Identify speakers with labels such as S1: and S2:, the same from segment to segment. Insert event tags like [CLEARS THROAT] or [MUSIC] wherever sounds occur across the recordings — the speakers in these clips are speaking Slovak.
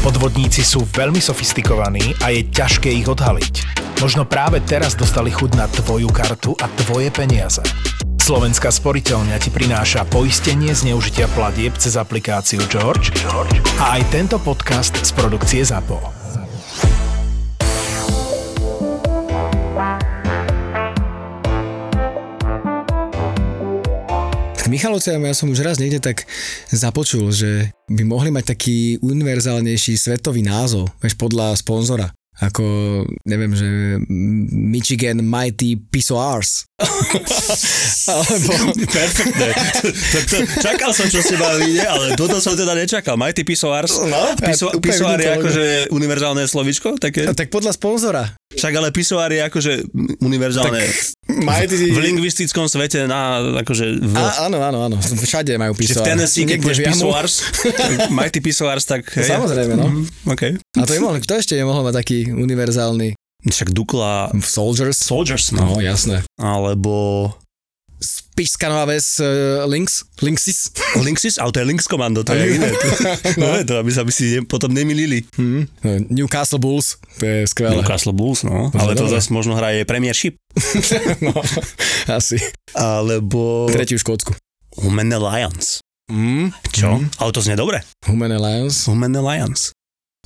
S1: Podvodníci sú veľmi sofistikovaní a je ťažké ich odhaliť. Možno práve teraz dostali chuť na tvoju kartu a tvoje peniaze. Slovenská sporiteľňa ti prináša poistenie zneužitia platieb cez aplikáciu George, George a aj tento podcast z produkcie ZAPO.
S2: K Michalovciam ja som už raz niekde tak započul, že by mohli mať taký univerzálnejší svetový názov, vieš, podľa sponzora. Ako, neviem, že Michigan Mighty [LAUGHS] Pissoirs. Alebo...
S3: Perfektné. To- to- Čakal som, čo z teba vyjde, ale toto som teda nečakal. Mighty Pisoars.
S2: No, a
S3: Piso-
S2: úplne no.
S3: pisoár je
S2: vidíte,
S3: akože univerzálne slovičko, také.
S2: A tak podľa sponzora.
S3: Však ale pisoár je akože univerzálne
S2: Mighty...
S3: v lingvistickom svete na akože v...
S2: A, áno, áno, áno. Všade majú
S3: Že v
S2: pisoár.
S3: Tennessee, keď
S2: Niekde
S3: budeš
S2: v jamu.
S3: pisoárs, tak mighty pisoárs, tak... hej.
S2: [LAUGHS] Samozrejme, no.
S3: Mhm, OK.
S2: A to by mohli, kto ešte nemohol mať taký univerzálny
S3: Však Dukla...
S2: Soldiers?
S3: Soldiers,
S2: No,
S3: no.
S2: jasné.
S3: Alebo...
S2: Spišská nová ves uh, Lynx? Lynxis?
S3: Linksys, ale to je Links komando, to
S2: [LAUGHS]
S3: je iné. No, no to aby sa by si ne, potom nemilili.
S2: Hm? Newcastle Bulls, to je skvelé.
S3: Newcastle Bulls, no. Ale to
S2: dobre.
S3: zase možno hraje Premiership.
S2: [LAUGHS] no, asi.
S3: Alebo...
S2: Tretiu Škótsku.
S3: Human Alliance.
S2: Mm,
S3: Čo? Ale to znie dobre.
S2: Human Alliance.
S3: Human Alliance.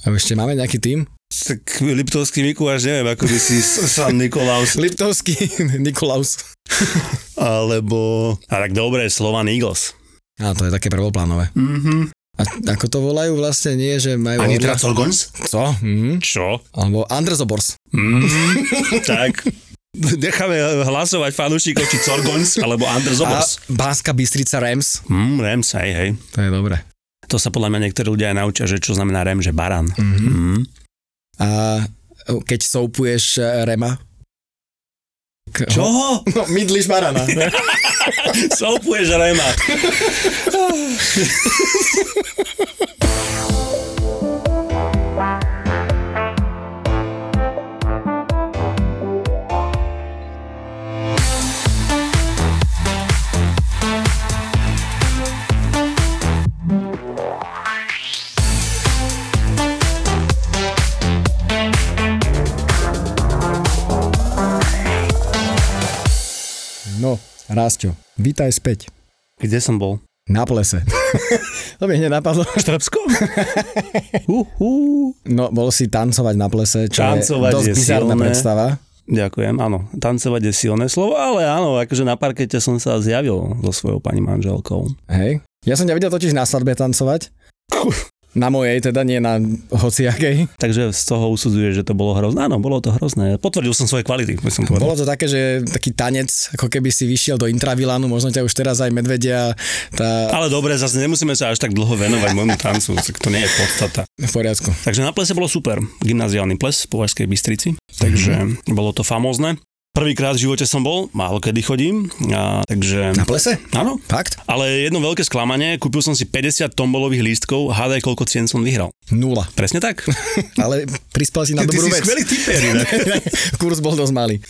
S2: A ešte máme nejaký tým?
S3: Tak Liptovský Mikuláš, neviem, ako by si [LAUGHS] San Nikolaus,
S2: Liptovský [LAUGHS] Nikolaus.
S3: alebo... A tak dobre, Slovan Eagles.
S2: Á, to je také prvoplánové.
S3: Mhm.
S2: A ako to volajú vlastne, nie, že majú...
S3: Ani
S2: orla-
S3: Tracolgons?
S2: Co? Mm.
S3: Čo?
S2: Alebo Andres Obors.
S3: Mhm. [LAUGHS] tak. Necháme hlasovať fanúšikov, či Corgons, alebo Anders Obos.
S2: A Banska Bystrica Rams.
S3: Mm, Rams, hej, hej.
S2: To je dobré.
S3: To sa podľa mňa niektorí ľudia aj naučia, že čo znamená rem, že baran.
S2: Mhm.
S3: Mm.
S2: A keď soupuješ e, Rema? K-
S3: [LAUGHS] Čo?
S2: No, mydlíš barana.
S3: Soupuješ rema.
S2: No, Rásťo, vítaj späť.
S3: Kde som bol?
S2: Na plese. [LAUGHS] to mi hneď napadlo.
S3: Štrbsko? Uhu.
S2: No, bol si tancovať na plese, čo
S3: Tancovať
S2: je dosť
S3: je
S2: bizarná
S3: silné.
S2: predstava.
S3: Ďakujem, áno. Tancovať je silné slovo, ale áno, akože na parkete som sa zjavil so svojou pani manželkou.
S2: Hej. Ja som ťa videl totiž na svadbe tancovať. Na mojej, teda nie na hociakej.
S3: Takže z toho usudzuje, že to bolo hrozné. Áno, bolo to hrozné. Potvrdil som svoje kvality, by som povedal.
S2: Bolo to také, že taký tanec, ako keby si vyšiel do intravilánu, možno ťa už teraz aj medvedia, tá
S3: Ale dobre, zase nemusíme sa až tak dlho venovať môjmu tancu, tak to nie je podstata.
S2: v poriadku.
S3: Takže na plese bolo super. Gymnaziálny ples v Považskej Bystrici. Takže bolo to famózne. Prvýkrát v živote som bol, málo kedy chodím, a, takže
S2: Na plese?
S3: áno.
S2: Fakt?
S3: Ale jedno veľké sklamanie, kúpil som si 50 tombolových lístkov, hádaj koľko cien som vyhral.
S2: Nula.
S3: Presne tak.
S2: Ale prispel si na dobrú vec.
S3: typer.
S2: [LAUGHS]
S3: inak.
S2: Kurs bol dosť malý.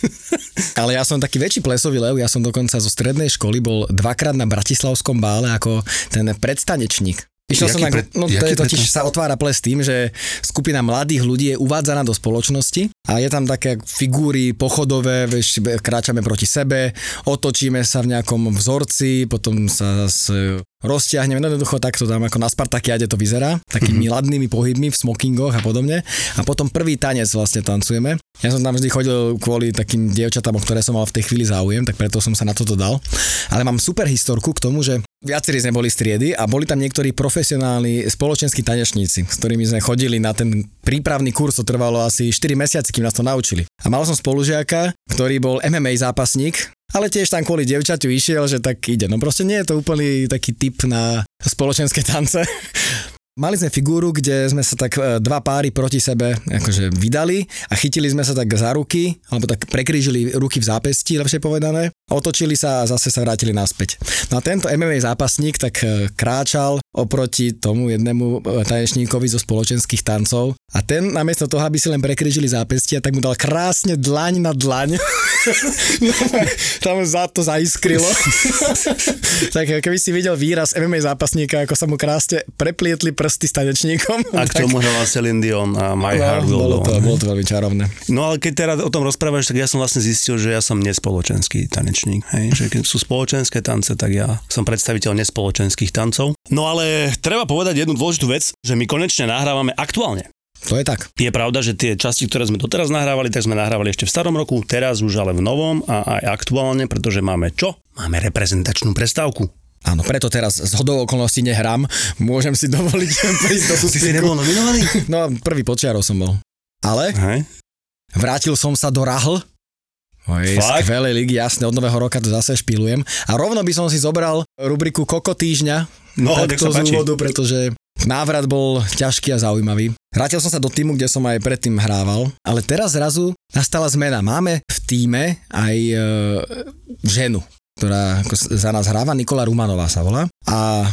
S2: Ale ja som taký väčší plesový lev, ja som dokonca zo strednej školy bol dvakrát na Bratislavskom bále ako ten predstanečník. Išiel som
S3: Jaký
S2: na,
S3: pred-
S2: no to
S3: jaký
S2: je totiž, sa otvára ples tým, že skupina mladých ľudí je uvádzaná do spoločnosti a je tam také figúry pochodové, vieš, be- kráčame proti sebe, otočíme sa v nejakom vzorci, potom sa zase roztiahneme, no jednoducho takto tam ako na Spartakiade to vyzerá,
S3: Mhm.
S2: takými mm-hmm. ladnými pohybmi v smokingoch a podobne. A potom prvý tanec vlastne tancujeme. Ja som tam vždy chodil kvôli takým dievčatám, o ktoré som mal v tej chvíli záujem, tak preto som sa na toto dal. Ale mám super historku k tomu, že viacerí sme boli striedy a boli tam niektorí profesionálni spoločenskí tanečníci, s ktorými sme chodili na ten prípravný kurz, to trvalo asi 4 mesiace, kým nás to naučili. A mal som spolužiaka, ktorý bol MMA zápasník, ale tiež tam kvôli devčaťu išiel, že tak ide. No proste nie je to úplný taký typ na spoločenské tance. Mali sme figúru, kde sme sa tak e, dva páry proti sebe akože vydali a chytili sme sa tak za ruky, alebo tak prekrížili ruky v zápesti, lepšie povedané, otočili sa a zase sa vrátili naspäť. No a tento MMA zápasník tak e, kráčal oproti tomu jednému e, tanečníkovi zo spoločenských tancov. A ten namiesto toho, aby si len prekryžili zápestia, tak mu dal krásne dlaň na dlaň. [LAUGHS] Tam za to [LAUGHS] zaiskrilo. tak eh, keby si videl výraz MMA zápasníka, ako sa mu krásne preplietli prsty s tanečníkom.
S3: A k tomu hrala Celine Dion a My
S2: No,
S3: Heart Will
S2: bolo,
S3: Go
S2: to,
S3: On.
S2: bolo to veľmi čarovné.
S3: No ale keď teraz o tom rozprávaš, tak ja som vlastne zistil, že ja som nespoločenský tanečník. Hej? Že keď sú spoločenské tance, tak ja som predstaviteľ nespoločenských tancov. No ale treba povedať jednu dôležitú vec, že my konečne nahrávame aktuálne.
S2: To je tak.
S3: Je pravda, že tie časti, ktoré sme doteraz nahrávali, tak sme nahrávali ešte v starom roku, teraz už ale v novom a aj aktuálne, pretože máme čo? Máme reprezentačnú prestávku.
S2: Áno, preto teraz z hodou okolností nehrám. Môžem si dovoliť [LAUGHS] prísť do sústinku.
S3: nominovaný?
S2: No, prvý počiarov som bol. Ale
S3: Hej.
S2: vrátil som sa do Rahl. Oj,
S3: Fakt?
S2: skvelej ligy, jasne, od nového roka to zase špilujem. A rovno by som si zobral rubriku Koko týždňa,
S3: No, tak
S2: takto z
S3: sa páči.
S2: úvodu, pretože návrat bol ťažký a zaujímavý. Vrátil som sa do týmu, kde som aj predtým hrával, ale teraz zrazu nastala zmena. Máme v týme aj e, ženu ktorá ako s- za nás hráva, Nikola Rumanová sa volá. A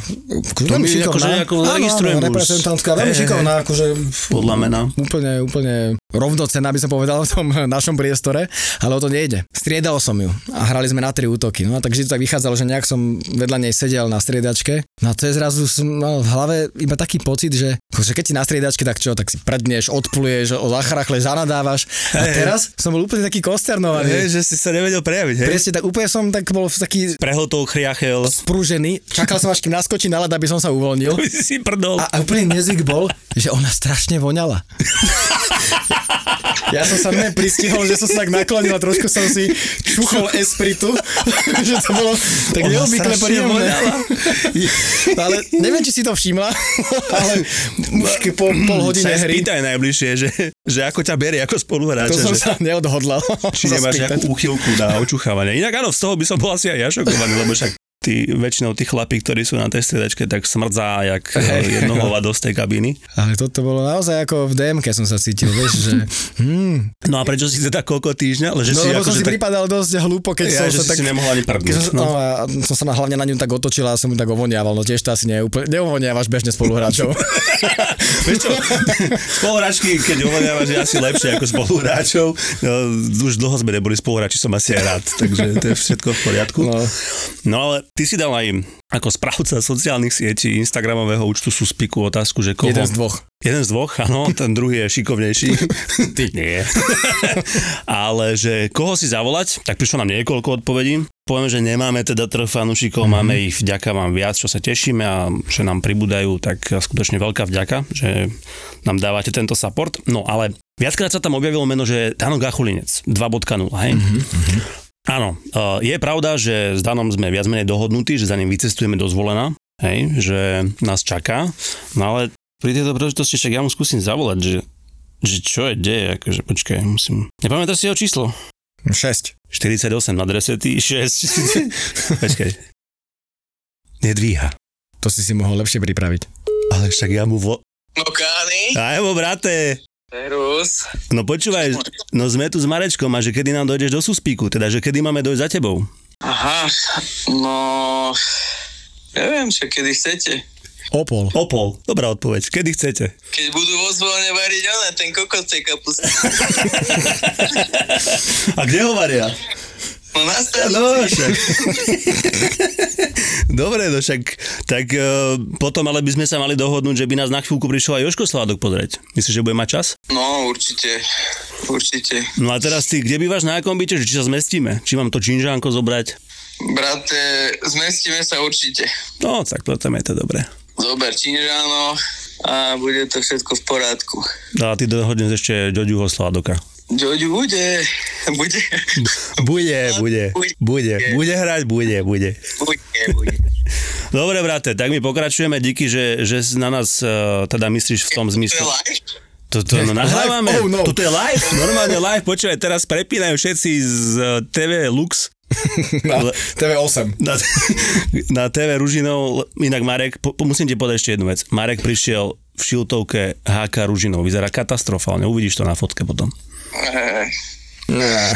S3: To mi akože ako registrujem už.
S2: reprezentantka, veľmi
S3: Hej, hej,
S2: šikovná, akože
S3: Podľa mena.
S2: úplne, úplne rovnocená, by som povedal, [LAUGHS] v tom našom priestore, ale o to nejde. Striedal som ju a hrali sme na tri útoky. No a takže to tak vychádzalo, že nejak som vedľa nej sedel na striedačke. No a to je zrazu som mal v hlave iba taký pocit, že, že keď si na striedačke, tak čo, tak si predneš, odpluješ, o zachrachle, zanadávaš. A
S3: Hej.
S2: teraz som bol úplne taký konsternovaný.
S3: Hej, že si sa nevedel prejaviť, hej?
S2: Presne tak, úplne som tak bol taký
S3: Prehotol chriachel. [LAUGHS]
S2: prúžený. Čakal som, až kým naskočí na led, aby som sa uvoľnil.
S3: Ty si prdol.
S2: A, a úplný nezvyk bol, že ona strašne voňala. Ja som sa mne pristihol, že som sa tak naklonil a trošku som si čuchol espritu, [LAUGHS] že to bolo tak
S3: Ona
S2: neobvykle
S3: strašne
S2: príjemné.
S3: voňala.
S2: No ale neviem, či si to všimla, [LAUGHS] ale už ke- po pol hodine
S3: Mm, sa jej
S2: hry
S3: spýtaj najbližšie, že, že ako ťa berie ako spoluhráča.
S2: to som
S3: že,
S2: sa neodhodlal.
S3: či
S2: [LAUGHS]
S3: nemáš nejakú úchylku na očuchávanie. Inak áno, z toho by som bol asi aj ja šokovaný, lebo však tí, väčšinou tí chlapí, ktorí sú na tej striedačke, tak smrdzá jak
S2: Hej.
S3: hey, jednohova dosť tej kabíny.
S2: Ale toto bolo naozaj ako v DMK som sa cítil, vieš, že...
S3: [LAUGHS]
S2: Hmm.
S3: No a prečo si teda koľko týždňa? Ale že
S2: No
S3: si
S2: lebo som
S3: ako, že
S2: si
S3: tak,
S2: pripadal dosť hlúpo, keď
S3: ja,
S2: som
S3: že
S2: sa
S3: si,
S2: tak...
S3: si nemohla ani
S2: Keď som,
S3: prdnúť.
S2: no.
S3: No.
S2: a som sa na, hlavne na ňu tak otočil a som mu tak ovoniaval, no tiež to asi nie je úplne, neovoniavaš bežne spoluhráčov.
S3: Vieš čo, [LAUGHS] spoluhráčky, keď uvediava, že asi lepšie ako spoluhráčov, no, už dlho sme neboli spoluhráči, som asi aj rád, takže to je všetko v poriadku.
S2: No.
S3: No ale ty si dal aj ako správca sociálnych sietí Instagramového účtu Suspiku otázku, že
S2: [LAUGHS]
S3: koho...
S2: Jeden z dvoch.
S3: Jeden z dvoch, áno, ten druhý je šikovnejší. [LAUGHS] Ty nie. [LAUGHS] ale že koho si zavolať, tak prišlo nám niekoľko odpovedí. Poviem, že nemáme teda troch fanúšikov, mm-hmm. máme ich vďaka vám viac, čo sa tešíme a že nám pribúdajú, tak skutočne veľká vďaka, že nám dávate tento support. No ale viackrát sa tam objavilo meno, že Dano Gachulinec 2.0, hej? Mm-hmm. Áno, eh, je pravda, že s Danom sme viac menej dohodnutí, že za ním vycestujeme do zvolená, hej, že nás čaká, no ale pri tejto príležitosti však ja mu skúsim zavolať, že, že čo je deje, akože počkaj, musím... Nepamätáš si jeho číslo?
S2: 6.
S3: 48 na dresety, [LAUGHS] 6... počkaj. Nedvíha.
S2: To si si mohol lepšie pripraviť.
S3: Ale však ja mu vo...
S4: No kány.
S3: Ajmo, brate.
S4: Serus.
S3: No počúvaj, no sme tu s Marečkom a že kedy nám dojdeš do suspíku, teda že kedy máme dojsť za tebou.
S4: Aha, no... Neviem, čo kedy chcete.
S2: Opol.
S3: Opol, dobrá odpoveď, kedy chcete.
S4: Keď budú vo zvolne variť ona, ten kokos tej kapusty.
S3: A kde ho varia?
S4: No na
S3: No,
S4: stanovi.
S3: však. [LAUGHS] Dobre, no však, tak e, potom ale by sme sa mali dohodnúť, že by nás na chvíľku prišiel aj Joško Sládok pozrieť. Myslíš, že bude mať čas?
S4: No, určite. Určite.
S3: No a teraz ty, kde bývaš na akom byte, že či sa zmestíme? Či mám to činžánko zobrať?
S4: Brate, zmestíme sa určite.
S3: No, tak to tam je to dobré.
S4: Zober činžáno a bude to všetko v porádku.
S3: No a ty dohodneš ešte Ďoďuho Sládoka.
S4: Joďu bude. Bude.
S3: Bude, bude, bude, bude hrať, bude, bude.
S4: Bude, bude.
S3: Dobre, brate, tak my pokračujeme, díky, že, že si na nás e, teda myslíš v tom
S4: To je
S3: zmysle.
S4: live?
S3: Toto no, nahrávame.
S2: Live? Oh, no.
S3: Toto je live, normálne live. Počúvaj, teraz prepínajú všetci z e, TV Lux
S2: [LAUGHS] Na
S3: No.
S2: TV8.
S3: na, na TV Ružinov. Inak Marek, po, po- musím ti povedať ešte jednu vec. Marek prišiel v šiltovke HK Ružinov. Vyzerá katastrofálne. Uvidíš to na fotke potom.
S4: Eh,
S2: Ne.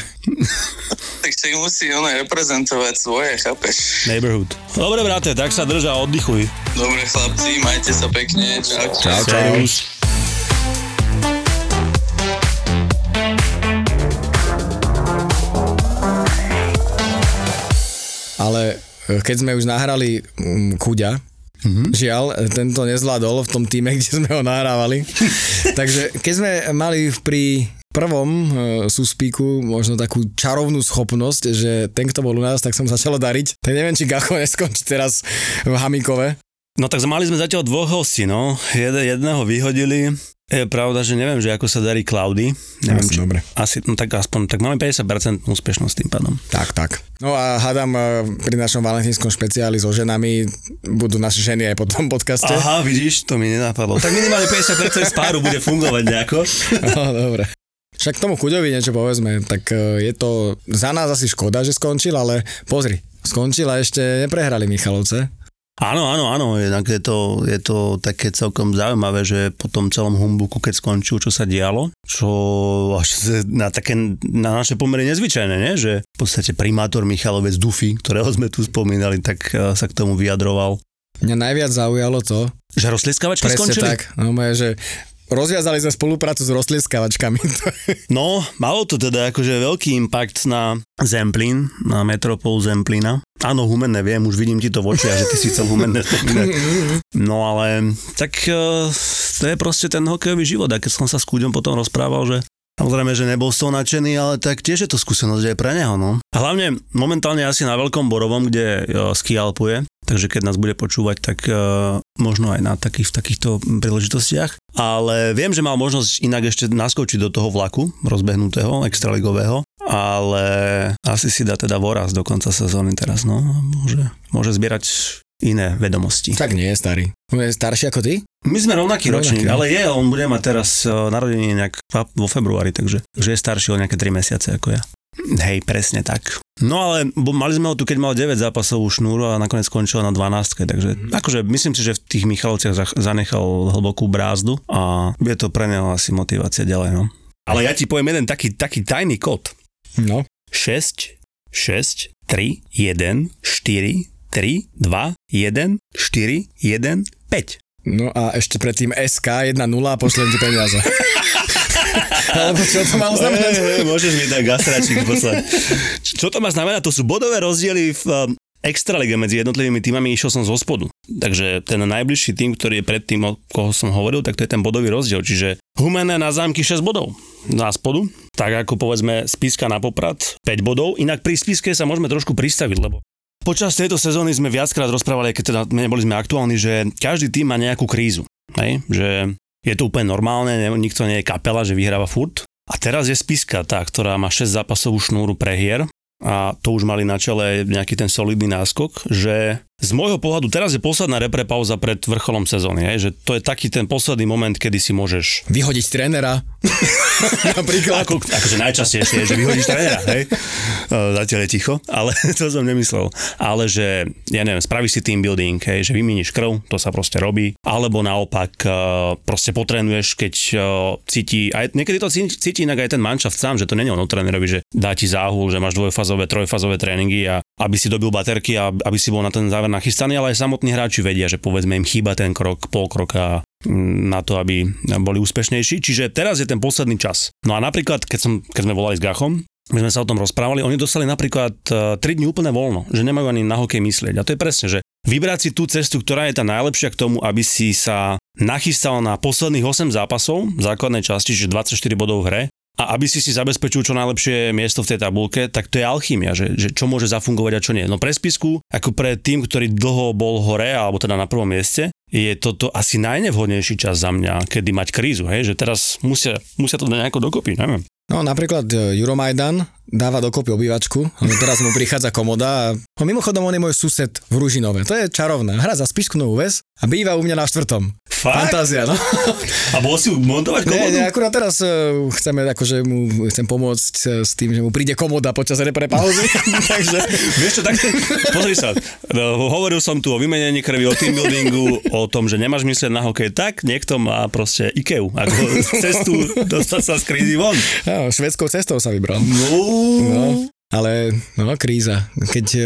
S4: Tak si musí ono reprezentovať svoje, chápeš?
S3: Neighborhood. Dobre, brate, tak sa drž a oddychuj.
S4: Dobre chlapci, majte sa pekne, čau.
S2: Čau, čau.
S3: Servus.
S2: Ale e, keď sme už nahrali mm, Kuďa, Mm-hmm. Žiaľ, e, tento nezvládol v tom týme, [LAUGHS] kde sme ho nahrávali. Takže keď sme mali v- pri prvom e, suspíku možno takú čarovnú schopnosť, že ten, kto bol u nás, tak som začalo dariť. Tak neviem, či Gacho neskončí teraz v Hamikove.
S3: No tak mali sme zatiaľ dvoch hostí, no. Jed, jedného vyhodili. Je pravda, že neviem, že ako sa darí Klaudy. Neviem,
S2: Asi
S3: či...
S2: dobre.
S3: Asi, no tak aspoň, tak máme 50% úspešnosť tým pádom.
S2: Tak, tak. No a hádam e, pri našom valentínskom špeciáli so ženami budú naše ženy aj po tom podcaste.
S3: Aha, vidíš, to mi nenapadlo. Tak minimálne 50% z páru bude fungovať nejako.
S2: No, dobre. Však tomu Kuďovi niečo povedzme, tak e, je to za nás asi škoda, že skončil, ale pozri, skončil a ešte neprehrali Michalovce.
S3: Áno, áno, áno, jednak je to, je to také celkom zaujímavé, že po tom celom humbuku, keď skončil, čo sa dialo, čo až na, také, na naše pomery nezvyčajné, nie? že v podstate primátor Michalovec Dufy, ktorého sme tu spomínali, tak eh, sa k tomu vyjadroval.
S2: Mňa najviac zaujalo to,
S3: Že rozlieskavačky
S2: presne
S3: skončili?
S2: tak, no moje, že rozviazali sme spoluprácu s rostlieskavačkami. To je-
S3: No, malo to teda akože veľký impact na Zemplín, na metropolu Zemplína. Áno, humen neviem, už vidím ti to v očiach, že ty si chcel humen nespomínať. No ale tak eh, to je proste ten hokejový život a keď som sa s kúďom potom rozprával, že Samozrejme, že nebol z toho nadšený, ale tak tiež je to skúsenosť aj pre neho. No. A hlavne momentálne asi na Veľkom Borovom, kde jo, ski alpuje, takže keď nás bude počúvať, tak uh, možno aj na takých, v takýchto príležitostiach. Ale viem, že mal možnosť inak ešte naskočiť do toho vlaku rozbehnutého, extraligového, ale asi si dá teda voraz do konca sezóny teraz, no. a Môže, môže zbierať iné
S2: [LAUGHS]
S3: vedomosti.
S2: tak nie, starý. On je starší ako ty?
S3: My sme rovnaký
S2: Rovnaký,
S3: ročník,
S2: no.
S3: ale je, on bude mať teraz eh, narodenie nejak fa- vo februári, takže že je starší o nejaké 3 mesiace ako ja. Hej, presne tak. No ale bo, mali sme ho tu, keď mal 9 zápasovú šnúru a nakoniec skončil na 12. Takže akože myslím si, že v tých Michalovciach zach- zanechal hlbokú brázdu a je to pre neho asi motivácia ďalej. No. Ale ja ti poviem jeden taký, taký tajný kód.
S2: No.
S3: 6, 6, 3, 1, 4, 3, 2, 1, 4, 1, 5.
S2: No a ešte predtým SK 1.0 a pošlem ti [LAUGHS] peniaze. Alebo čo to malo znamenať?
S3: Hej, hej, Môžeš mi dať gastračík poslať. Čo to má znamená? To sú bodové rozdiely v um, extralige medzi jednotlivými týmami, išiel som zo spodu. Takže ten najbližší tým, ktorý je pred tým, o koho som hovoril, tak to je ten bodový rozdiel. Čiže Humené na zámky 6 bodov na spodu, tak ako povedzme Spiska na poprad 5 bodov, inak pri Spiske sa môžeme trošku pristaviť, lebo Počas tejto sezóny sme viackrát rozprávali, keď teda neboli sme aktuálni, že každý tým má nejakú krízu. Hej? Že je to úplne normálne, ne- nikto nie je kapela, že vyhráva furt. A teraz je Spiska tá, ktorá má 6 zápasovú šnúru prehier a to už mali na čele nejaký ten solidný náskok, že z môjho pohľadu teraz je posledná repre pauza pred vrcholom sezóny, hej? že to je taký ten posledný moment, kedy si môžeš
S2: Vyhodiť [LAUGHS] trénera. Napríklad.
S3: ako, akože najčastejšie je, že vyhodíš trénera, hej? Eh, Zatiaľ je ticho, ale [LAUGHS] to som nemyslel. Ale že, ja neviem, spravíš si team building, hej, že vymieníš krv, to sa proste robí. Alebo naopak, eh, proste potrénuješ, keď eh, cíti, aj, niekedy to cíti, cíti inak aj ten manšaft sám, že to není on o no trénerovi, že dá ti záhul, že máš dvojfazové, trojfazové tréningy a aby si dobil baterky a aby si bol na ten záver nachystaný, ale aj samotní hráči vedia, že povedzme im chýba ten krok, pol kroka mm, na to, aby boli úspešnejší. Čiže teraz je ten posledný čas. No a napríklad, keď, som, keď sme volali s Gachom, my sme sa o tom rozprávali, oni dostali napríklad 3 dní úplne voľno, že nemajú ani na hokej myslieť. A to je presne, že vybrať si tú cestu, ktorá je tá najlepšia k tomu, aby si sa nachystal na posledných 8 zápasov v základnej časti, čiže 24 bodov v hre, a aby si si zabezpečil čo najlepšie miesto v tej tabulke, tak to je alchymia, že, že čo môže zafungovať a čo nie. No pre spisku, ako pre tým, ktorý dlho bol hore, alebo teda na prvom mieste, je toto asi najnevhodnejší čas za mňa, kedy mať krízu, hej? že teraz musia, musia to dať nejako dokopy, neviem.
S2: No napríklad e, Juro Majdan dáva dokopy obývačku, ale teraz mu prichádza komoda a no, mimochodom on je môj sused v Ružinove. To je čarovné. Hra za Spišskú novú väz a býva u mňa na štvrtom.
S3: Fakt?
S2: Fantázia, no.
S3: A bol si ju montovať
S2: Ne,
S3: [LAUGHS] komodu?
S2: ne, akurát teraz uh, chceme, akože mu chcem pomôcť uh, s tým, že mu príde komoda počas repre pauzy. [LAUGHS]
S3: Takže, vieš čo, tak, pozri sa, no, hovoril som tu o vymenení krvi, o team buildingu, o tom, že nemáš myslieť na hokej, tak niekto má proste IKEA, ako [LAUGHS] cestu dostať sa z krízy von.
S2: Áno, No, švedskou cestou sa vybral.
S3: No.
S2: No, ale no, kríza. Keď e,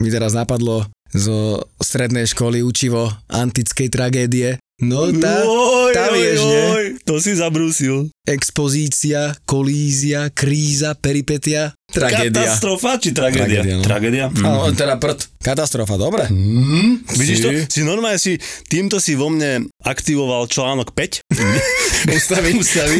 S2: mi teraz napadlo zo strednej školy učivo antickej tragédie, no tá
S3: Oj,
S2: tam
S3: oj,
S2: ješ, ne?
S3: oj, to si zabrúsil.
S2: expozícia, kolízia, kríza, peripetia, tragédia.
S3: Katastrofa či tragédia?
S2: Tragédia, no.
S3: Tragédia.
S2: No, teda prd. Katastrofa, dobre.
S3: Vidíš to?
S2: Mhm. Si-
S3: Si normálne si, týmto si vo mne aktivoval článok 5
S2: [LAUGHS] Ústavy.
S3: ústavy,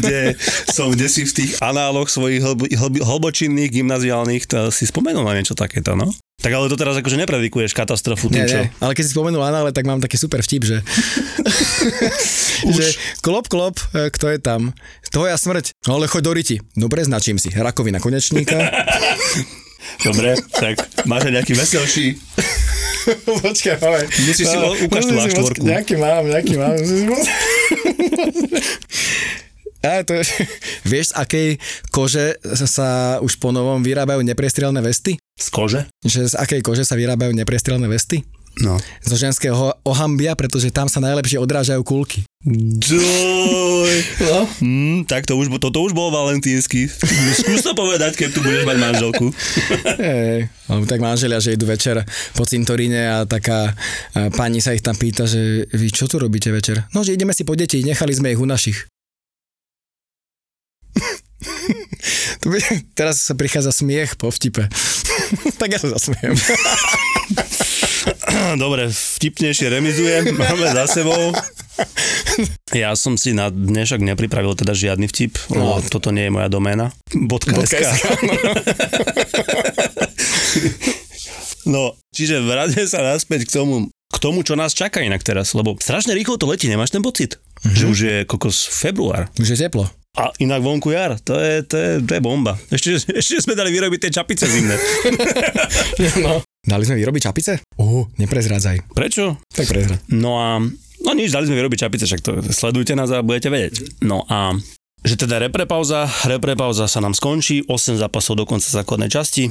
S3: kde som kde si v tých análoch svojich hlb, hlb, hlbočinných gymnaziálnych to si spomenul na niečo takéto, no? Tak ale to teraz akože nepredikuješ katastrofu,
S2: Nie,
S3: tým, čo?
S2: nie. Ale keď si spomenul anále, tak mám taký super vtip, [LAUGHS] že, že klop, klop, e, kto je tam? Tvoja smrť. No, ale choď do riti. Dobre, značím si. Rakovina [LAUGHS] konečníka.
S3: Dobre, tak máš aj nejaký veselší.
S2: [LAUGHS] Počkaj, ale...
S3: Musíš si-
S2: ale-
S3: ukáž tú
S2: musím si-
S3: A4.
S2: Nejaký mám, nejaký [LAUGHS] mám. A to, [LAUGHS] vieš, z akej kože sa- sa už po novom vyrábajú neprestrelné vesty?
S3: Z kože?
S2: Že z akej kože sa vyrábajú neprestrelné vesty?
S3: No.
S2: Zo ženského ohambia, pretože tam sa najlepšie odrážajú kulky.
S3: Doj.
S2: No.
S3: Mm, tak to už, bo- toto už bol valentínsky. Skús to povedať, keď tu budeš mať manželku.
S2: Hej, alebo No, tak manželia, že idú večer po cintoríne a taká a pani sa ich tam pýta, že vy čo tu robíte večer? No, že ideme si po deti, nechali sme ich u [LAUGHS] našich. To by- Teraz sa prichádza smiech po vtipe. [LAUGHS] tak ja sa zasmiem. [LAUGHS]
S3: Dobre, vtipnejšie remizujem, máme za sebou. Ja som si na dnešok nepripravil teda žiadny vtip, lebo
S2: No.
S3: toto nie je moja doména. Bodka SK. No, čiže vráťme sa naspäť k tomu, k tomu, čo nás čaká inak teraz, lebo strašne rýchlo to letí, nemáš ten pocit? Že už je kokos február.
S2: Už je teplo.
S3: A inak vonku jar, to je, to je, to je bomba. Ešte, ešte sme dali vyrobiť tie čapice zimné.
S2: No. Dali sme vyrobiť čapice? Uh, neprezrádzaj.
S3: Prečo?
S2: Tak prezrad.
S3: No a, no nič, dali sme vyrobiť čapice, však to sledujte nás a budete vedieť. No a že teda reprepauza, reprepauza sa nám skončí, 8 zápasov do konca základnej časti,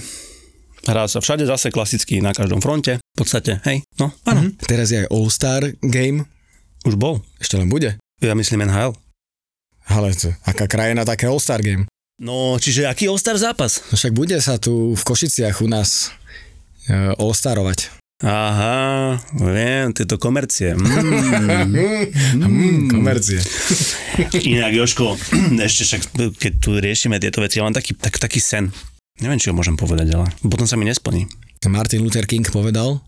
S3: hrá sa všade zase klasicky na každom fronte, v podstate, hej, no, áno, mm-hmm.
S2: Teraz je aj All-Star game.
S3: už bol,
S2: Ešte len bude.
S3: ja myslím NHL.
S2: Ale co, aká krajina, také All-Star game.
S3: No, čiže aký All-Star zápas?
S2: No však bude sa tu v Košiciach u nás e, olstarovať.
S3: Aha, viem, tieto komercie. Mm. Mhm.
S2: Mm, komercie.
S3: Inak, Joško, [CLEARS THROAT] ešte však, keď tu riešime tieto veci, ja mám taký, tak, taký sen. Neviem, či ho môžem povedať, ale potom sa mi nesplní.
S2: Martin Luther King povedal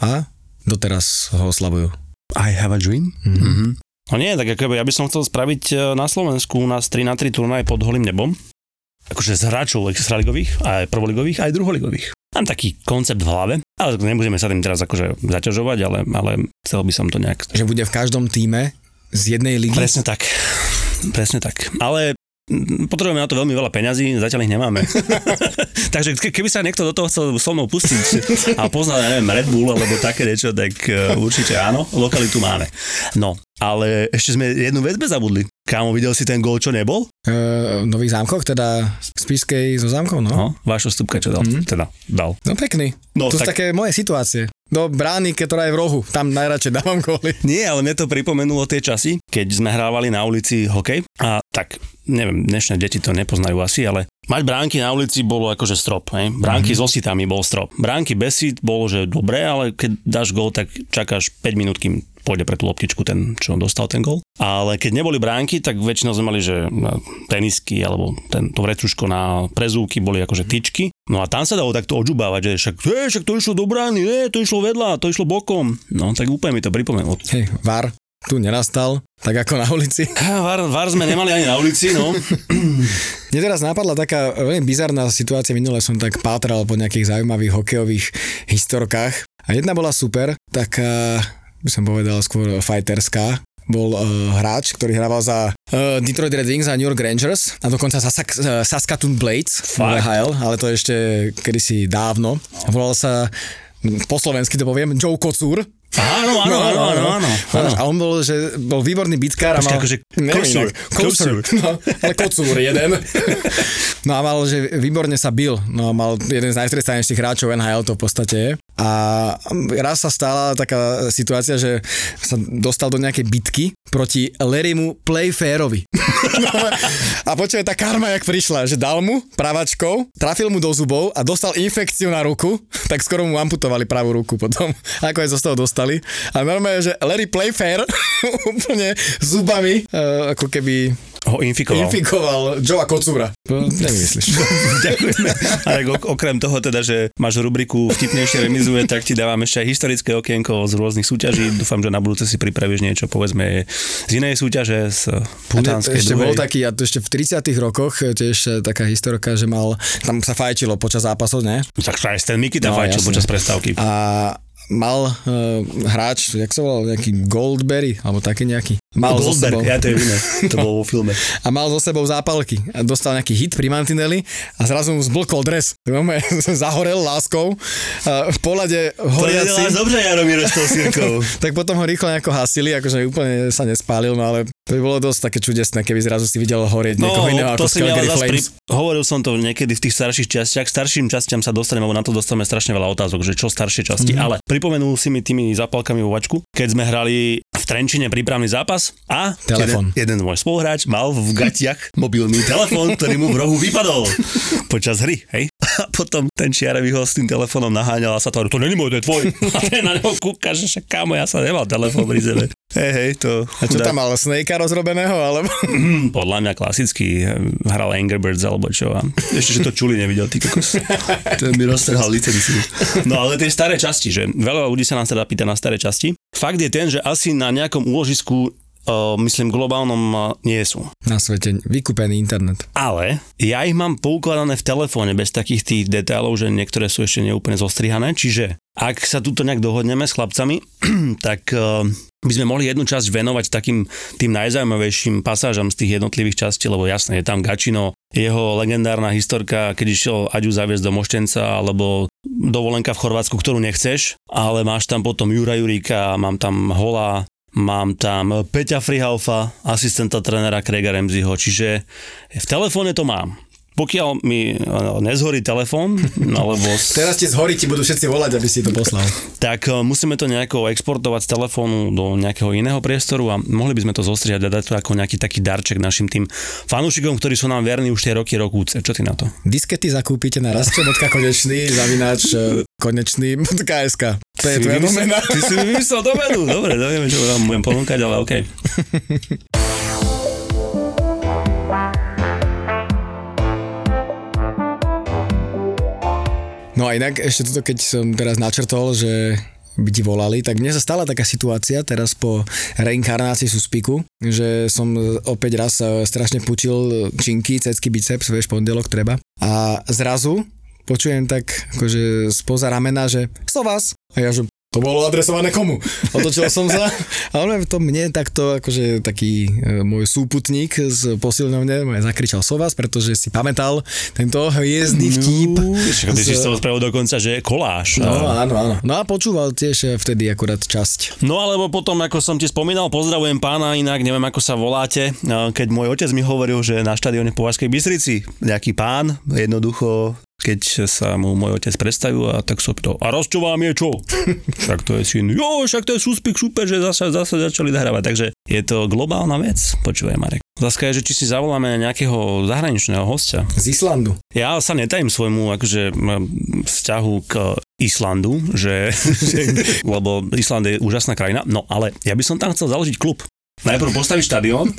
S2: a doteraz ho oslavujú.
S3: I have a dream? Mm-hmm. No nie, tak ako ja by som chcel spraviť e, na Slovensku u nás 3 na 3 turnaj pod holým nebom. Akože z hráčov extraligových, aj prvoligových, aj druholigových. Mám taký koncept v hlave, ale nebudeme sa tým teraz akože zaťažovať, ale, ale chcel by som to nejak...
S2: Že bude v každom týme z jednej ligy.
S3: Presne tak. Presne tak. Ale mm, potrebujeme na to veľmi veľa peňazí, zatiaľ ich nemáme. Takže ke- keby sa niekto do toho chcel so mnou pustiť a pozná, ja neviem, Red Bull alebo také niečo, tak e, určite áno, lokalitu máme. No, ale ešte sme jednu vec zabudli. Kámo, videl si ten gól, čo nebol?
S2: E, v Nových zámkoch, teda v Spiskej so zámkov, no.
S3: No, vášho stupka čo dal? Mm. Teda, dal.
S2: No pekný.
S3: No,
S2: to sú
S3: tak-
S2: také moje situácie. Do brány, ktorá je v rohu. Tam najradšej dávam góly.
S3: Nie, ale mne to pripomenulo tie časy, keď sme hrávali na ulici hokej a tak, neviem, dnešné deti to nepoznajú asi, ale mať bránky na ulici bolo akože strop, hej? Bránky mm-hmm. s ositami bol strop. Bránky bez sit bolo, že dobré, ale keď dáš gol, tak čakáš 5 minút, kým pôjde pre tú loptičku ten, čo dostal ten gol. Ale keď neboli bránky, tak väčšinou sme mali, že na tenisky alebo ten, to vrecuško na prezúky boli akože tyčky. No a tam sa dalo takto odžubávať, že však, "Hej, však to išlo do brány, je, to išlo vedľa, to išlo bokom. No tak úplne mi to pripomenulo
S2: Hej, var tu nenastal, tak ako na ulici.
S3: Var, var sme nemali ani na ulici, no.
S2: Mne teraz napadla taká eh, veľmi bizarná situácia, minule som tak pátral po nejakých zaujímavých hokejových historkách a jedna bola super, taká, by som povedal skôr fighterská, bol uh, hráč, ktorý hrával za uh, Detroit Red Wings a New York Rangers a dokonca za Sak- uh, Saskatoon Blades v
S3: Fakt?
S2: NHL, ale to ešte kedysi hm, dávno. Volal sa, mm, po slovensky to poviem, Joe Kocúr.
S3: Áno, áno, áno, áno, áno.
S2: Ano. A on bol, že bol výborný bitkár a
S3: Počkaj,
S2: mal...
S3: akože
S2: Neviem
S3: kocúr,
S2: inak. Kocúr.
S3: kocúr.
S2: No, ale kocúr jeden. [LAUGHS] No a mal, že výborne sa bil. No a mal jeden z najstrestanejších hráčov NHL to v podstate je. A raz sa stala taká situácia, že sa dostal do nejakej bitky proti Larrymu Playfairovi. No a počuje, tá karma jak prišla, že dal mu pravačkou, trafil mu do zubov a dostal infekciu na ruku, tak skoro mu amputovali pravú ruku potom, ako aj zo z toho dostali. A normálne, že Larry Playfair [LAUGHS] úplne zubami, eh, ako keby
S3: Ho infikoval.
S2: infikoval Joea Kocúra. [LAUGHS] Nemyslíš.
S3: Ďakujeme. A tak ok- okrem toho teda, že máš rubriku vtipnejšie remizuje, tak ti dávam ešte aj historické okienko z rôznych súťaží. Dúfam, že na budúce si pripravíš niečo, povedzme, z inej súťaže, z
S2: Ešte
S3: putánskej
S2: ešte
S3: druhej.
S2: bol taký, a to ešte v 30 rokoch e, tiež e, taká historka, že mal, tam sa fajčilo počas zápasov, ne?
S3: Tak sa aj ten Mikita
S2: No,
S3: no, fajčil
S2: jasne.
S3: počas prestávky.
S2: A mal uh, hráč, jak sa volal, nejaký Goldberry, alebo taký nejaký. Mal so sebou,
S3: Goldberg, ja to je iné. To bolo vo filme.
S2: A mal so sebou zápalky. A dostal nejaký hit pri mantineli a zrazu mu zblkol dres. [LAUGHS] Normálne Zahorel láskou. A v pohľade
S3: To je
S2: horiaci.
S3: dobre, Jaromír, s tou sírkou.
S2: tak potom ho rýchlo nejako hasili, akože úplne sa nespálil, no ale to by bolo dosť také čudesné, keby zrazu si videl horieť niekoho iného
S3: No, to
S2: ako
S3: si mi
S2: Calgary
S3: ale zas
S2: Flames.
S3: pri... Hovoril som to niekedy v tých starších častiach. K starším častiam sa dostaneme, lebo na to dostaneme strašne veľa otázok, že čo staršie
S2: Mhm.
S3: časti. Mm. Ale pripomenul si mi tými zapalkami vo vačku, keď sme hrali v Trenčine prípravný zápas a
S2: Telefón.
S3: Jeden, jeden môj spoluhráč mal v gatiach mobilný telefón, ktorý mu v rohu
S2: [LAUGHS]
S3: vypadol počas hry, hej? A potom ten čiaravý ho s tým telefónom naháňal a sa to hovorí, to není môj, to je tvoj. [LAUGHS] A ten na neho kúka, že však kámo, ja sa nemal telefón pri sebe. Hej, hej, to...
S2: A čo
S3: chudák.
S2: tam mal, Snakea rozrobeného, alebo?
S3: Podľa mňa klasicky hm, hral Angry Birds alebo čo. A [LAUGHS] ešte, že to čuli nevidel, ty kokos. [LAUGHS] Ten mi roztrhal licenciu. No ale tie staré časti, že veľa ľudí sa nás teda pýta na staré časti. Fakt je ten, že asi na nejakom úložisku eh, myslím, globálnom eh, nie sú.
S2: [LAUGHS] Na svete vykúpený internet.
S3: Ale ja ich mám poukladané v telefóne bez takých tých detailov, že niektoré sú ešte neúplne zostrihané, čiže ak sa tuto nejak dohodneme s chlapcami, [CLEARS THROAT] tak eh, by sme mohli jednu časť venovať takým tým najzaujímavejším pasážam z tých jednotlivých častí, lebo jasné, je tam Gačino, jeho legendárna historka, keď išiel Aďu zaviesť do Moštenca, alebo dovolenka v Chorvátsku, ktorú nechceš, ale máš tam potom Jura Juríka, mám tam Hola, mám tam Peťa Frihalfa, asistenta trénera Craiga Ramseyho, čiže v telefóne to mám. Pokiaľ mi eh, nezhorí telefón, [LAUGHS] alebo... s-
S2: Teraz ti z hory ti budú všetci volať, aby si to poslal.
S3: tak e, musíme to nejako exportovať z telefónu do nejakého iného priestoru a mohli by sme to zostriať a dať to ako nejaký taký darček našim tým fanúšikom, ktorí sú nám verní už tie roky rokúce. Čo ty na to?
S2: [LAUGHS] Diskety zakúpite na rastčo.konečný zavináč e, konečný KSK. To je
S3: Si
S2: tvoja [LAUGHS]
S3: vymyslel-
S2: domena.
S3: Ty si mi vymyslel domenu. Dobre, to neviem, čo vám budem ponúkať, ale OK.
S2: No a inak ešte toto, keď som teraz načrtol, že by ti volali, tak mne sa stala taká situácia teraz po reinkarnácii suspiku, že som opäť raz e, strašne pučil činky, cecky, biceps, vieš, pondelok treba. A zrazu počujem tak akože spoza ramena, že so vás. A ja že to bolo adresované komu? Otočil som sa a on to mne takto, akože taký e, môj súputník z posilňovne ma zakričal Sovas, pretože si pamätal tento hviezdny vtip.
S3: No. Však
S2: z-
S3: ty si z toho spravil dokonca, že je koláž.
S2: No,
S3: A-
S2: áno, áno. No a počúval tiež e, vtedy akurát časť.
S3: No alebo potom, ako som ti spomínal, pozdravujem pána, inak neviem, ako sa voláte, No, keď môj otec mi hovoril, že na štadióne po Vážskej Bystrici nejaký pán, jednoducho, keď sa mu môj otec predstavil, a tak som pýtal, a roz čo vám je čo? však to je syn, jo, však to je súspik, super, že zase, zase začali nahrávať. Takže je to globálna vec, počúvaj Marek. Otázka je, že či si zavoláme nejakého zahraničného hostia.
S2: Z Islandu.
S3: Ja sa netajím svojmu akože, m, vzťahu k Islandu, že, [LAUGHS] lebo Island je úžasná krajina, no ale ja by som tam chcel založiť klub. Najprv postaviť
S2: [LAUGHS]
S3: štadión.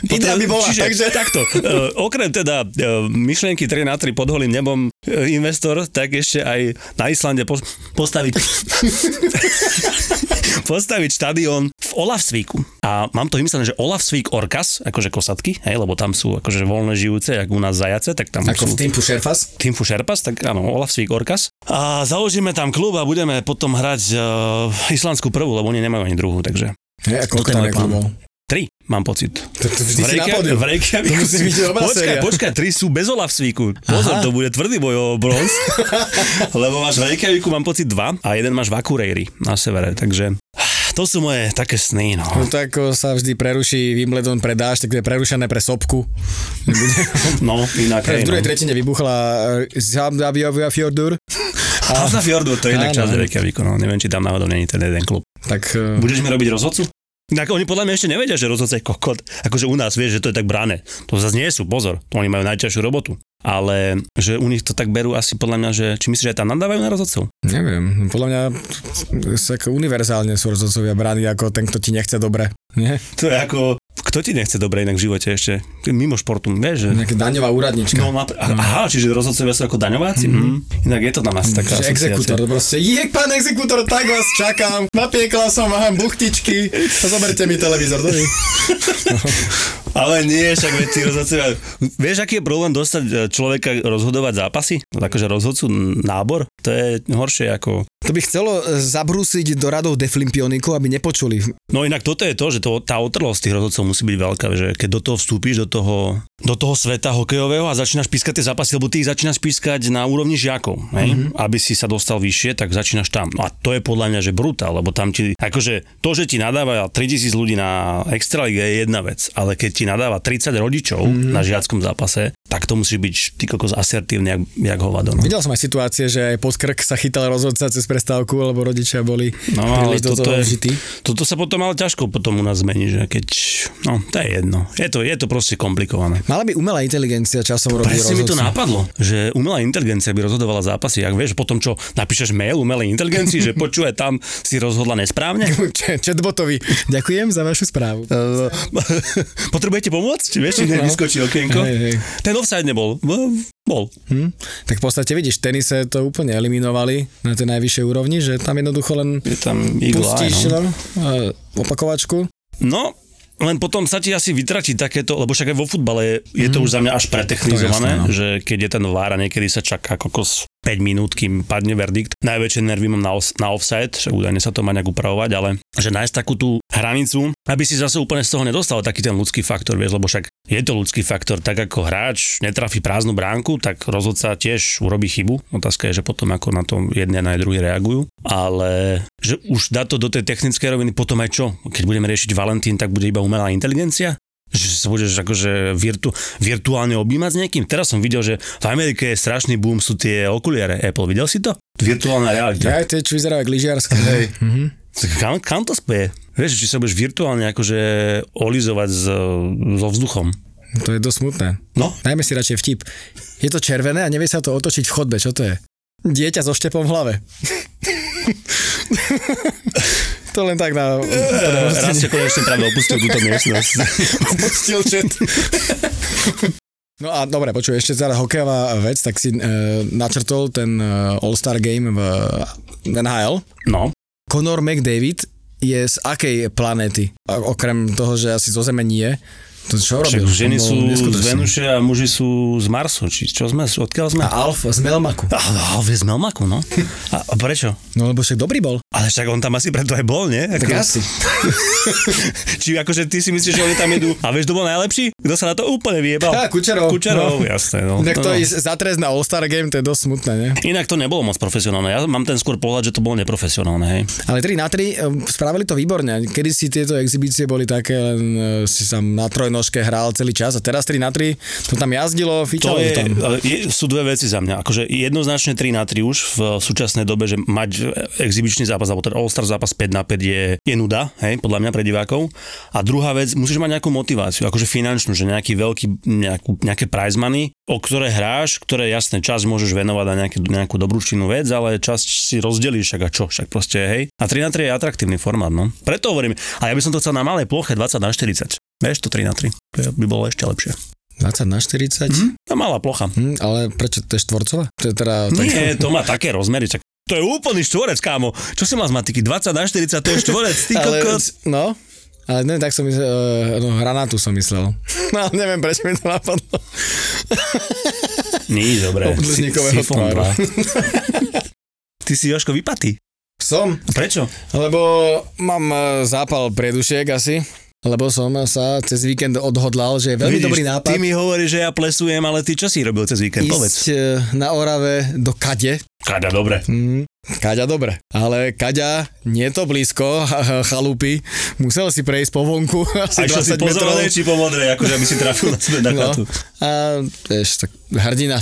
S2: Idea by bola, takže-
S3: [LAUGHS] takto. Uh, okrem teda uh, myšlienky 3 na 3 pod holým nebom uh, investor, tak ešte aj na Islande pos- postaviť [LAUGHS] postaviť štadión v Olavsvíku. A mám to vymyslené, že Olavsvík Orkas, akože kosatky, hej, lebo tam sú akože voľné žijúce, jak u nás zajace, tak tam sú...
S2: Ako v týmpu Šerfas.
S3: Timfu Šerpas, tak áno, Olavsvík Orkas. A založíme tam klub a budeme potom hrať uh, islandskú prvú, lebo oni nemajú ani druhú, takže
S2: Je, ako
S3: Toto je
S2: tam
S3: môj
S2: je
S3: plán.
S2: klubov.
S3: tri, mám pocit.
S2: To, to vždy si
S3: Reykja-
S2: napodil.
S3: v Reykjaviku
S2: To musí
S3: sú-
S2: byť dobrá
S3: počkaj,
S2: séria.
S3: počkaj, tri sú bez Olavsvíku. Pozor,
S2: Aha.
S3: to bude tvrdý boj o
S2: [LAUGHS]
S3: bronz. lebo máš v Reykjaviku, mám pocit dva a jeden máš v Akureyri na severe, takže to to sú moje také sny, no.
S2: No to ako sa vždy preruší Wimbledon pre dáž, tak to je prerušené pre sopku.
S3: No, inak.
S2: Pre
S3: hej,
S2: v druhej
S3: no.
S2: tretine vybuchla eh, Zambia Fjordur.
S3: Hazna Fjordur, to je inak
S2: Áno.
S3: časť Reykjavíku, no. Neviem, či tam náhodou není ten jeden klub.
S2: Tak eh,
S3: Budeš mi robiť rozhodcu? Tak oni podľa mňa ešte nevedia, že rozhodca je kokot. Akože u nás vieš, že to je tak brané. To zase nie sú, pozor, to oni majú najťažšiu robotu. Ale že u nich to tak berú asi podľa mňa, že či myslíš, že aj tam nadávajú na rozhodcov?
S2: neviem, podľa mňa sa ako univerzálne sú rozhodcovia brány ako ten, kto ti nechce dobre. Nie?
S3: To je ako, kto ti nechce dobre inak v živote ešte? Mimo športu, vieš, že...
S2: Nejaká daňová úradnička.
S3: No, napr- aha, čiže rozhodcovia sú ako daňováci? Mm-hmm. Inak je to tam asi taká
S2: Že exekútor,
S3: asociácia.
S2: to proste, je pán exekútor, tak vás čakám, napiekla som vám buchtičky, zoberte mi televízor, dovi.
S3: Ale nie, však veď tí rozhodcovia... Vieš, aký je problém dostať e, človeka rozhodovať zápasy? Akože rozhodcu n- nábor? To je horšie ako...
S2: To by chcelo e, zabrúsiť do radov deflimpionikov, aby nepočuli.
S3: No inak toto je to, že to, tá otrlosť tých rozhodcov musí byť veľká, že keď do toho vstúpiš, do toho, do toho sveta hokejového a začínaš pískať tie zápasy, lebo ty ich začínaš pískať na úrovni žiakov, hej? Mm-hmm. aby si sa dostal vyššie, tak začínaš tam. No a to je podľa mňa, že brutál, lebo tam ti, akože to, že ti nadáva 3000 ľudí na extralíge je jedna vec, ale keď ti nadáva 30 rodičov mm-hmm. na žiackom zápase, tak to musíš byť ty kokos asertívny, jak, jak hovado. No.
S2: Videl som aj situácie, že aj pod krk sa chytal rozhodca cez prestávku, lebo rodičia boli
S3: No, ale
S2: príliš do
S3: toto
S2: toho
S3: je-
S2: vžití.
S3: Toto sa potom ale ťažko potom u nás zmení, že keď, no to je jedno, je to, je to proste komplikované.
S2: Mala by umelá inteligencia časom robiť
S3: Presne mi
S2: [LAUGHS]
S3: to
S2: rozhodcu.
S3: napadlo, že umelá inteligencia by rozhodovala zápasy. Ak vieš, potom čo, napíšeš mail umelej inteligencii, že počuje, tam si rozhodla nesprávne? [LAUGHS]
S2: Č- Chatbotovi. Ďakujem za vašu správu.
S3: Eh, Potrebujete pomôcť? Vieš, či
S2: No.
S3: vyskočí okienko?
S2: Hej, hej.
S3: Ten offside nebol. V- Bol.
S2: Hm? Tak v podstate vidíš, tenise to úplne eliminovali na tej najvyššej úrovni, že tam jednoducho len
S3: Je tam igla. aj,
S2: pustíš
S3: no.
S2: no. e, opakovačku.
S3: no, len potom sa ti asi vytratí takéto, lebo však aj vo futbale je to už za mňa až pretechnizované,
S2: Mhm. To je jasné, no.
S3: že keď je ten vár a niekedy sa čaká kokos 5 minút, kým padne verdikt. Najväčšie nervy mám na, os- na offside, že údajne sa to má nejak upravovať, ale že nájsť takú tú hranicu, aby si zase úplne z toho nedostal taký ten ľudský faktor, vieš, lebo však je to ľudský faktor, tak ako hráč netrafí prázdnu bránku, tak rozhodca tiež urobí chybu. Otázka je, že potom ako na tom jedni a na druhý reagujú, ale že už dá to do tej technickej roviny, potom aj čo? Keď budeme riešiť Valentín, tak bude iba umelá inteligencia? že sa budeš akože virtu, virtuálne objímať s niekým. Teraz som videl, že v Amerike je strašný boom, sú tie okuliare Apple. Videl si to? Virtuálna realita.
S2: Ja aj tie, čo vyzerajú ako lyžiarska. Hej. Mhm.
S3: Tak Kam, kam to speje? Vieš, či sa budeš virtuálne akože olizovať s, so vzduchom.
S2: To je dosť smutné.
S3: No,
S2: Dajme si radšej vtip. Je to červené a nevie sa to otočiť v chodbe, čo to je? Dieťa so štepom v hlave. [LAUGHS] to len tak na...
S3: E, raz ste konečne práve opustil túto [LAUGHS] miestnosť.
S2: Opustil čet. No a dobre, počuj, ešte teda hokejová vec, tak si e, načrtol ten e, All-Star Game v NHL.
S3: No,
S2: Conor McDavid je z akej planéty? A okrem toho, že asi zo Zeme nie. To čo
S3: však
S2: robil?
S3: ženy
S2: To bol
S3: sú z
S2: neskutočný.
S3: Venuše a muži sú z Marsu. Či čo sme? Odkiaľ sme?
S2: A Alf z Melmaku.
S3: A, a, a z Melmaku, no. A, a prečo?
S2: No lebo však dobrý bol.
S3: Ale však on tam asi preto aj bol, nie? Ako- Či akože ty si myslíš, že oni tam idú. A vieš, kto bol najlepší? Kto sa na to úplne vyjebal?
S2: Á, Kučerov.
S3: Kučerov,
S2: No.
S3: jasné. No.
S2: Tak to
S3: no.
S2: ísť za trest na All-Star Game, to je dosť smutné, ne?
S3: Inak to nebolo moc profesionálne. Ja mám ten skôr pohľad, že to bolo neprofesionálne, hej.
S2: Ale 3 na 3 um, spravili to výborne. Kedy si tieto exibície boli také, len uh, si tam na trojnožke hral celý čas a teraz 3 na 3 to tam jazdilo,
S3: To
S2: fičalo
S3: je,
S2: tam.
S3: ale je, sú dve veci za mňa. Akože jednoznačne 3 na 3 už v súčasnej dobe, že mať e, exibičný zápas, alebo ten All-Star zápas 5 na 5 je, je nuda, hej, podľa mňa pre divákov. A druhá vec, musíš mať nejakú motiváciu, akože finančnú, že nejaký veľký, nejakú, nejaké prize money, o ktoré hráš, ktoré jasné, čas môžeš venovať na nejakú, nejakú dobrú činnú vec, ale čas si rozdelíš, však a čo, však proste hej. A 3 na 3 je atraktívny formát, no. Preto hovorím, a ja by som to chcel na malej ploche 20 na 40. Vieš, to 3 na 3. To je- by bolo ešte lepšie.
S2: 20 na 40? Hm?
S3: A malá plocha.
S2: Hm, ale prečo to je štvorcová? To je teda...
S3: Nie, to má také rozmery, čak to je úplný štvorec, kámo. Čo si mal z matiky? 20 na 40, to je štvorec, ty
S2: [LAUGHS] ale,
S3: kokos.
S2: No, ale ne, tak som myslel, uh, no, hranátu som myslel. [LAUGHS] No, ale neviem, prečo mi to napadlo.
S3: Nie, dobre.
S2: Obdĺžnikového
S3: Si- sifón
S2: tvaru.
S3: dva. Ty si Joško
S2: [LAUGHS]
S3: vypatý.
S2: Som,
S3: Prečo?
S2: lebo mám uh, zápal priedušiek asi. lebo som sa cez víkend odhodlal, že je veľmi
S3: Vidíš,
S2: dobrý nápad
S3: Ty mi hovoríš, že ja plesujem, ale ty čo si robil cez víkend?
S2: ísť
S3: Povedz.
S2: eh, na Orave do Kade,
S3: Kada, dobre.
S2: Mm, Kaďa dobre, ale Kaďa nie je to blízko [LAUGHS] chalupy, musel si prejsť po vonku [LAUGHS]
S3: A
S2: asi
S3: išiel si
S2: 20
S3: po
S2: metrov.
S3: zelenej či po modrej, akože aby si trafil na, na
S2: No,
S3: chatu.
S2: a vieš, tak hrdina,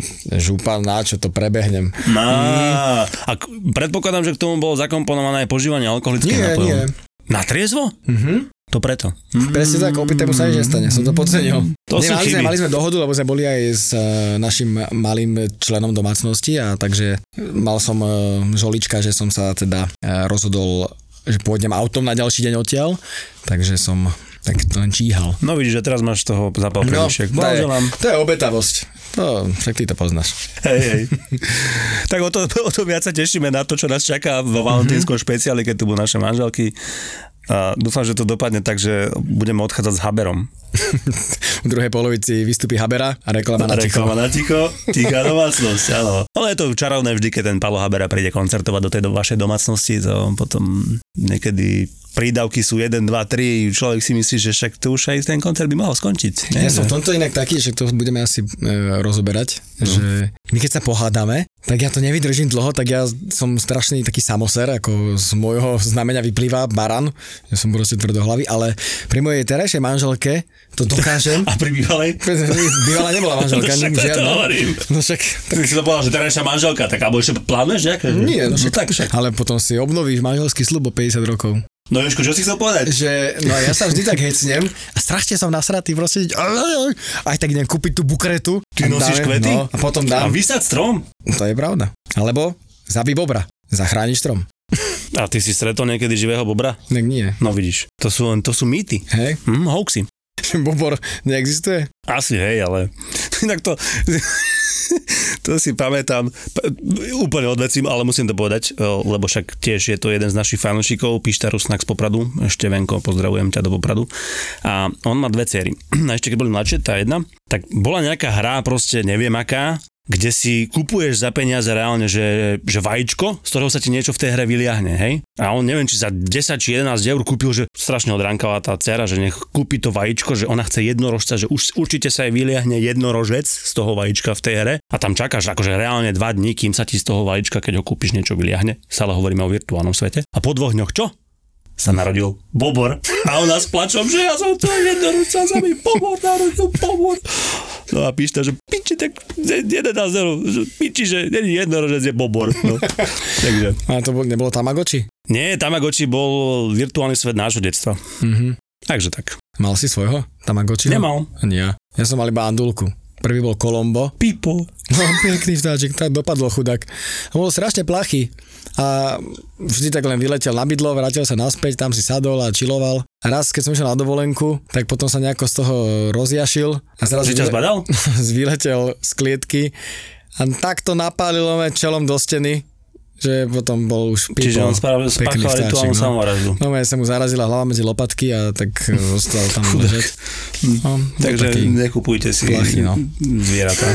S2: [LAUGHS] župan, na čo to prebehnem. Mm.
S3: Má. A k- predpokladám, že k tomu bolo zakomponované aj požívanie alkoholických
S2: Nie,
S3: nápojov.
S2: nie.
S3: Na triezvo?
S2: Mhm.
S3: To preto. Mm.
S2: Presne tak, opitému sa nič nestane, som to podcenil.
S3: To
S2: Nie,
S3: sú
S2: mali,
S3: chyby.
S2: sme, mali sme dohodu, lebo sme boli aj s e, našim malým členom domácnosti a takže mal som e, žolička, že som sa teda e, rozhodol, že pôjdem autom na ďalší deň odtiaľ, takže som tak len číhal.
S3: No vidíš, že teraz máš toho zapal prílišek.
S2: No, to, je,
S3: No, Blahoželám.
S2: to je obetavosť. To, však ty to poznáš. [LAUGHS]
S3: Hej, hej. [LAUGHS] tak o to, o to viac sa tešíme na to, čo nás čaká vo valentínskom špeciáli, keď tu budú naše manželky. A dúfam, že to dopadne tak, že budeme odchádzať s Haberom.
S2: V druhej polovici vystupí Habera a reklama na ticho.
S3: Reklama na ticho, tichá domácnosť, áno. Ale je to čarovné vždy, keď ten Palo Habera príde koncertovať do tej do vašej domácnosti, to potom niekedy prídavky sú 1, 2, 3, človek si myslí, že však to už aj ten koncert by mohol skončiť.
S2: Ja
S3: Nie,
S2: som
S3: že-
S2: v tomto inak taký, že to budeme asi e, rozoberať,
S3: No.
S2: že my keď sa pohádame, tak ja to nevydržím dlho, tak ja som strašný taký samoser, ako z môjho znamenia vyplýva baran, ja som proste tvrdohlavý, ale pri mojej terajšej manželke to
S3: [LAUGHS]
S2: dokážem.
S3: A pri bývalej?
S2: Bývala nebola manželka,
S3: No však to
S2: žiadna.
S3: hovorím.
S2: No však,
S3: Ty si to povedal, že terajšia manželka, tak alebo ešte plánuješ nejaké?
S2: nie, no však,
S3: tak Mhm. však.
S2: ale potom si obnovíš manželský slub o 50 rokov.
S3: No Jožko, čo si chcel povedať?
S2: že no ja sa vždy tak hecnem a strašne som nasratý proste, aj, aj, aj, aj tak idem kúpiť tú bukretu. A
S3: Ty
S2: dáme-
S3: nosíš kvety?
S2: No, a potom dám.
S3: A vysať strom?
S2: To je pravda. Alebo zabij bobra, zachrániš strom.
S3: A ty si stretol niekedy živého bobra?
S2: Nek nie.
S3: No vidíš, to sú, to sú mýty.
S2: Hej, [LAUGHS]
S3: Hm, hoaxy.
S2: že bobor neexistuje.
S3: Asi hej, ale [LAUGHS] inak to... to si pamätám, P- úplne odvecím, ale musím to povedať, lebo však tiež je to jeden z našich fanúšikov, Pišta Rusnak z Popradu, Števenko, pozdravujem ťa do Popradu. A on má dve céry. [CLEARS THROAT] A ešte keď boli mladšie, tá jedna, tak bola nejaká hra, proste neviem aká, kde si kupuješ za peniaze reálne, že, že vajíčko, z ktorého sa ti niečo v tej hre vyliahne, hej? A on neviem, či za 10 či 11 eur kúpil, že strašne odránkala tá dcera, že nech kúpi to vajíčko, že ona chce jednorožca, že už určite sa jej vyliahne jednorožec z toho vajíčka v tej hre a tam čakáš akože reálne 2 dní, kým sa ti z toho vajíčka, keď ho kúpiš, niečo vyliahne. Stále hovoríme o virtuálnom svete. A po dvoch dňoch čo? sa narodil Bobor. A ona s plačom, že ja som to jednoručná, sa mi Bobor narodil, Bobor. No a píšta, že piči, tak 11 eur, že piči, že není jednorožec, je Bobor. No.
S2: [LAUGHS]
S3: Takže.
S2: A to bol, nebolo Tamagoči?
S3: Nie, Tamagotchi bol virtuálny svet nášho detstva.
S2: Mhm.
S3: Takže tak.
S2: Mal si svojho Tamagoči?
S3: Nemal.
S2: Nie. Ja som mal iba andulku. Prvý bol Kolombo.
S3: Pipo.
S2: [LAUGHS] No, pekný vtáčik, tak dopadlo chudák. A bol strašne plachý a vždy tak len vyletel na bydlo, vrátil sa naspäť, tam si sadol a čiloval. A raz, keď som išiel na dovolenku, tak potom sa nejako z toho rozjašil a zrazu
S3: Že ťa zbadal?
S2: [LAUGHS] vyletel z klietky a takto napálilo me čelom do steny, že potom bol už pipo.
S3: Čiže on spravil,
S2: Pekný
S3: spáchal
S2: vtáčik,
S3: rituálnu
S2: no.
S3: samovraždu.
S2: No, ja sa mu zarazila hlava medzi lopatky a tak eh,
S3: [LAUGHS]
S2: zostal tam ležať. No, bol
S3: Takže
S2: taký.
S3: nekupujte si
S2: Plachy, no.
S3: zvieratá.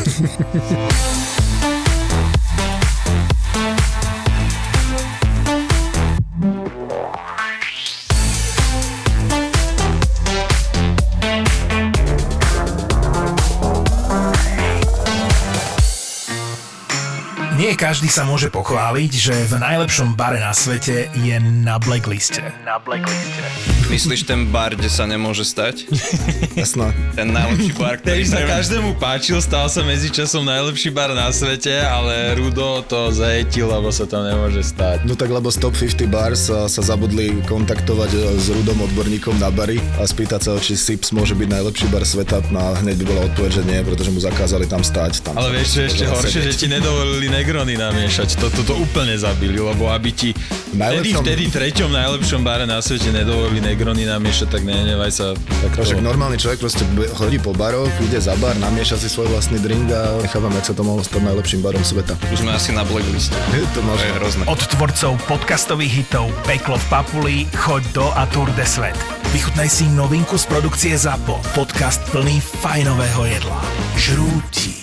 S1: Nie každý sa môže pochváliť, že v najlepšom bare na svete je na blackliste. Na blackliste.
S5: Myslíš ten bar, kde sa nemôže [LAUGHS] stať?
S2: Jasné.
S5: Ten najlepší bar, ktorý sa každému páčil, stal sa medzičasom najlepší bar na svete, ale Rudo to zajetil, lebo sa tam nemôže stať.
S6: No tak lebo z Top 50 Bars sa, sa zabudli kontaktovať e, s Rudom odborníkom na bary a spýtať sa, ho, či Sips môže byť najlepší bar sveta. No a hneď by bola odpoveď, že nie, pretože mu zakázali tam stáť. Tam
S5: Ale vieš, čo je ešte
S6: Môžeme
S5: horšie, že
S6: sedieť.
S5: ti nedovolili negrony namiešať. Toto to úplne zabili, lebo aby ti vtedy,
S6: najlepšom-
S5: vtedy treťom najlepšom bare na svete nedovolili negrony namiešať, tak nehnevaj sa. Tak
S6: No, Však normálny človek proste be- chodí po baroch, ide za bar, namieša si svoj vlastný drink a nechávam, jak sa to mohlo stať najlepším barom sveta. [LAUGHS]
S5: Už sme asi na blackliste.
S6: to možno.
S5: hrozné.
S1: Od tvorcov podcastových hitov Peklo v Papuli, Choď do a Tour de Svet. Vychutnaj si novinku z produkcie ZAPO. Podcast plný fajnového jedla. Žrúti.